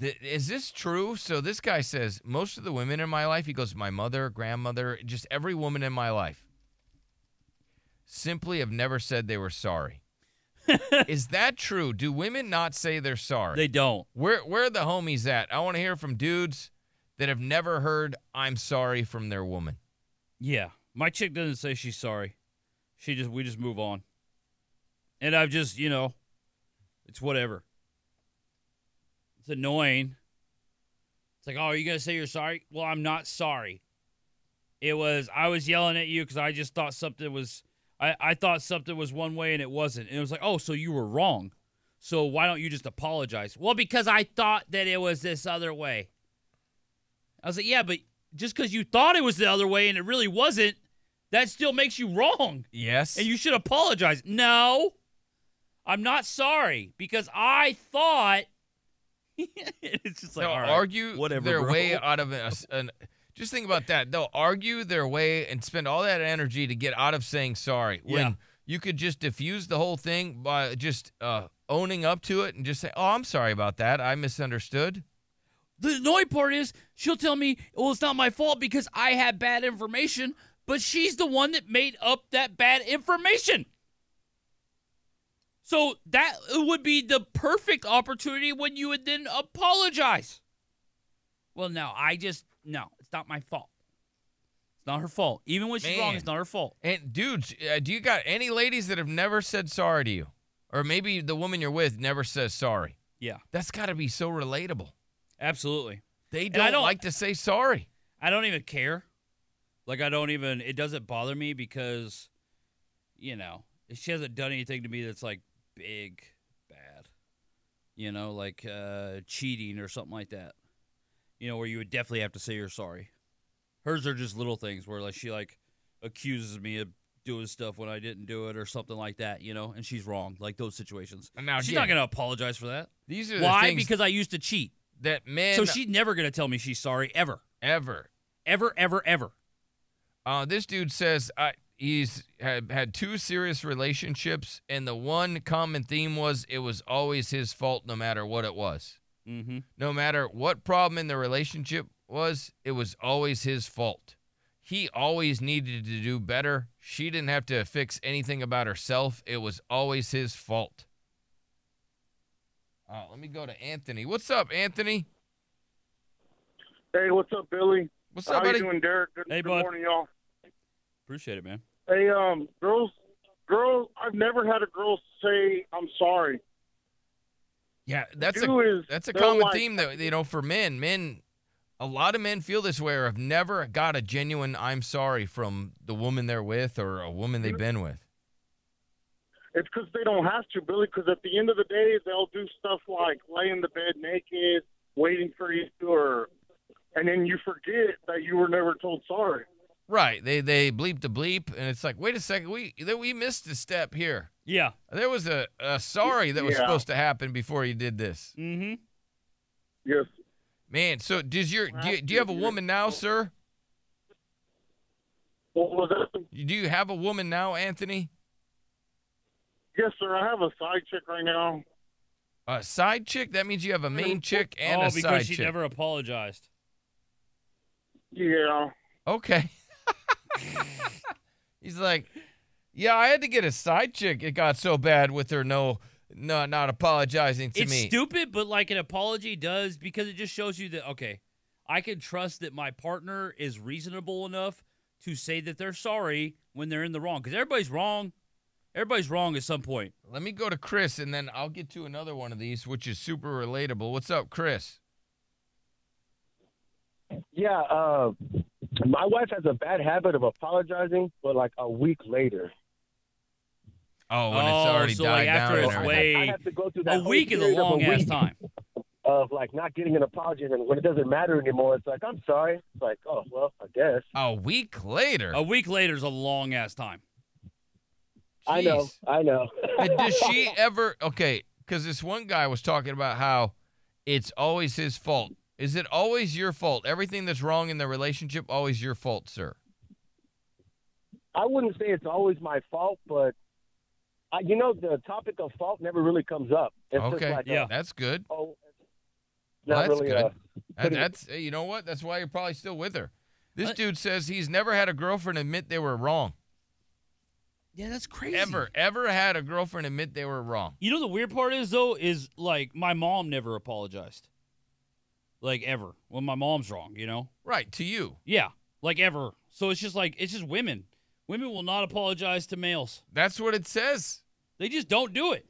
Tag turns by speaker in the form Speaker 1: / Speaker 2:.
Speaker 1: Th- Is this true? So this guy says most of the women in my life, he goes, my mother, grandmother, just every woman in my life, simply have never said they were sorry. Is that true? Do women not say they're sorry?
Speaker 2: They don't.
Speaker 1: Where where are the homies at? I want to hear from dudes that have never heard "I'm sorry" from their woman.
Speaker 2: Yeah, my chick doesn't say she's sorry. She just we just move on. And I've just you know, it's whatever. It's annoying. It's like, oh, are you gonna say you're sorry? Well, I'm not sorry. It was I was yelling at you because I just thought something was I, I thought something was one way and it wasn't. And it was like, oh, so you were wrong. So why don't you just apologize? Well, because I thought that it was this other way. I was like, yeah, but just because you thought it was the other way and it really wasn't, that still makes you wrong.
Speaker 1: Yes.
Speaker 2: And you should apologize. No, I'm not sorry because I thought. it's just like,
Speaker 1: They'll
Speaker 2: all right,
Speaker 1: argue
Speaker 2: whatever,
Speaker 1: their
Speaker 2: bro.
Speaker 1: way out of a s an. Just think about that. They'll argue their way and spend all that energy to get out of saying sorry when
Speaker 2: Yeah.
Speaker 1: you could just diffuse the whole thing by just uh, owning up to it and just say, "Oh, I'm sorry about that. I misunderstood."
Speaker 2: The annoying part is she'll tell me, well, it's not my fault because I had bad information, but she's the one that made up that bad information. So that would be the perfect opportunity when you would then apologize. Well, no, I just, no, it's not my fault. It's not her fault. Even when she's wrong,
Speaker 1: Man.
Speaker 2: it's not her fault.
Speaker 1: And dudes, uh, do you got any ladies that have never said sorry to you, or maybe the woman you're with never says sorry?
Speaker 2: Yeah,
Speaker 1: That's got to be so relatable.
Speaker 2: absolutely.
Speaker 1: They
Speaker 2: I
Speaker 1: don't,
Speaker 2: don't-
Speaker 1: like to say sorry.
Speaker 2: I don't even care. Like I don't even it doesn't bother me because you know, she hasn't done anything to me that's like big bad. You know, like uh cheating or something like that. You know, where you would definitely have to say you're sorry. Hers are just little things where like she like accuses me of doing stuff when I didn't do it or something like that, you know, and she's wrong, like those situations.
Speaker 1: And now
Speaker 2: she's
Speaker 1: again-
Speaker 2: not gonna apologize for that.
Speaker 1: These are the
Speaker 2: Why?
Speaker 1: things
Speaker 2: Because I used to cheat.
Speaker 1: that men
Speaker 2: So she's never gonna tell me she's sorry ever.
Speaker 1: ever.
Speaker 2: Ever, ever, ever.
Speaker 1: Uh, this dude says I, he's had, had two serious relationships, and the one common theme was it was always his fault, no matter what it was.
Speaker 2: Mm-hmm.
Speaker 1: No matter what problem in the relationship was, it was always his fault. He always needed to do better. She didn't have to fix anything about herself. It was always his fault. Uh, let me go to Anthony. What's up, Anthony?
Speaker 3: Hey, what's up, Billy?
Speaker 1: What's
Speaker 3: How
Speaker 1: up, buddy?
Speaker 3: you doing, Derek? Good,
Speaker 2: Hey,
Speaker 3: good
Speaker 2: bud.
Speaker 3: morning, y'all.
Speaker 2: Appreciate it, man.
Speaker 3: Hey, um, girls, girls, I've never had a girl say I'm sorry.
Speaker 1: Yeah, that's
Speaker 3: Do
Speaker 1: a
Speaker 3: is
Speaker 1: that's a
Speaker 3: they're
Speaker 1: common
Speaker 3: like-
Speaker 1: theme that you know for men. Men, a lot of men feel this way or have never got a genuine "I'm sorry" from the woman they're with or a woman
Speaker 3: Mm-hmm.
Speaker 1: they've been with.
Speaker 3: It's because they don't have to, Billy. Because at the end of the day, they'll do stuff like lay in the bed naked, waiting for you, or and then you forget that you were never told sorry.
Speaker 1: Right? They they bleep to bleep, and it's like, wait a second, we that we missed a step here.
Speaker 2: Yeah.
Speaker 1: There was a, a sorry that was
Speaker 3: Yeah.
Speaker 1: supposed to happen before you did this,
Speaker 2: Mm-hmm.
Speaker 3: Yes.
Speaker 1: man. So does your do you, do you have a woman now, sir?
Speaker 3: What was that?
Speaker 1: Do you have a woman now, Anthony?
Speaker 3: Yes, sir. I have a side chick right now.
Speaker 1: A side chick? That means you have a main chick and
Speaker 2: oh,
Speaker 1: a
Speaker 2: because
Speaker 1: side
Speaker 2: she
Speaker 1: chick.
Speaker 2: never apologized.
Speaker 3: Yeah.
Speaker 1: Okay. He's like, yeah, I had to get a side chick. It got so bad with her no, no, not apologizing to
Speaker 2: it's
Speaker 1: me.
Speaker 2: stupid, but like an apology does because it just shows you that okay, I can trust that my partner is reasonable enough to say that they're sorry when they're in the wrong. Because everybody's wrong. Everybody's wrong at some point.
Speaker 1: Let me go to Chris, and then I'll get to another one of these, which is super relatable. What's up, Chris?
Speaker 4: Yeah, uh, my wife has a bad habit of apologizing, but like a week later.
Speaker 1: Oh, when
Speaker 2: Oh,
Speaker 1: it's already
Speaker 2: so, like,
Speaker 1: died
Speaker 2: after
Speaker 1: down.
Speaker 2: it's
Speaker 1: and
Speaker 4: I-
Speaker 2: way-
Speaker 1: everything.
Speaker 4: I have to go through that
Speaker 2: A
Speaker 4: whole
Speaker 2: week is a
Speaker 4: period of
Speaker 2: long ass
Speaker 4: week
Speaker 2: time.
Speaker 4: of like not getting an apology, and when it doesn't matter anymore, it's like I'm sorry. It's like oh well, I guess.
Speaker 1: a week later.
Speaker 2: A week later is a long ass time.
Speaker 4: I know,
Speaker 1: Jeez.
Speaker 4: I know.
Speaker 1: And does she ever? Okay, because this one guy was talking about how it's always his fault. Is it always your fault? Everything that's wrong in the relationship, always your fault, sir.
Speaker 4: I wouldn't say it's always my fault, but I, you know, the topic of fault never really comes up. It's
Speaker 1: okay,
Speaker 4: just like,
Speaker 2: Yeah.
Speaker 4: yeah.
Speaker 1: that's good.
Speaker 4: oh,
Speaker 1: Well,
Speaker 4: not
Speaker 1: that's
Speaker 4: really.
Speaker 1: good.
Speaker 4: Uh,
Speaker 1: That, that's hey, you know what? That's why you're probably still with her. This
Speaker 2: What?
Speaker 1: dude says he's never had a girlfriend admit they were wrong.
Speaker 2: Yeah, that's crazy.
Speaker 1: Ever, ever had a girlfriend admit they were wrong.
Speaker 2: You know the weird part is though is like my mom never apologized. Like ever. When my mom's wrong, you know?
Speaker 1: Right, to you.
Speaker 2: Yeah. Like ever. So it's just like it's just women. Women will not apologize to males.
Speaker 1: That's what it says.
Speaker 2: They just don't do it.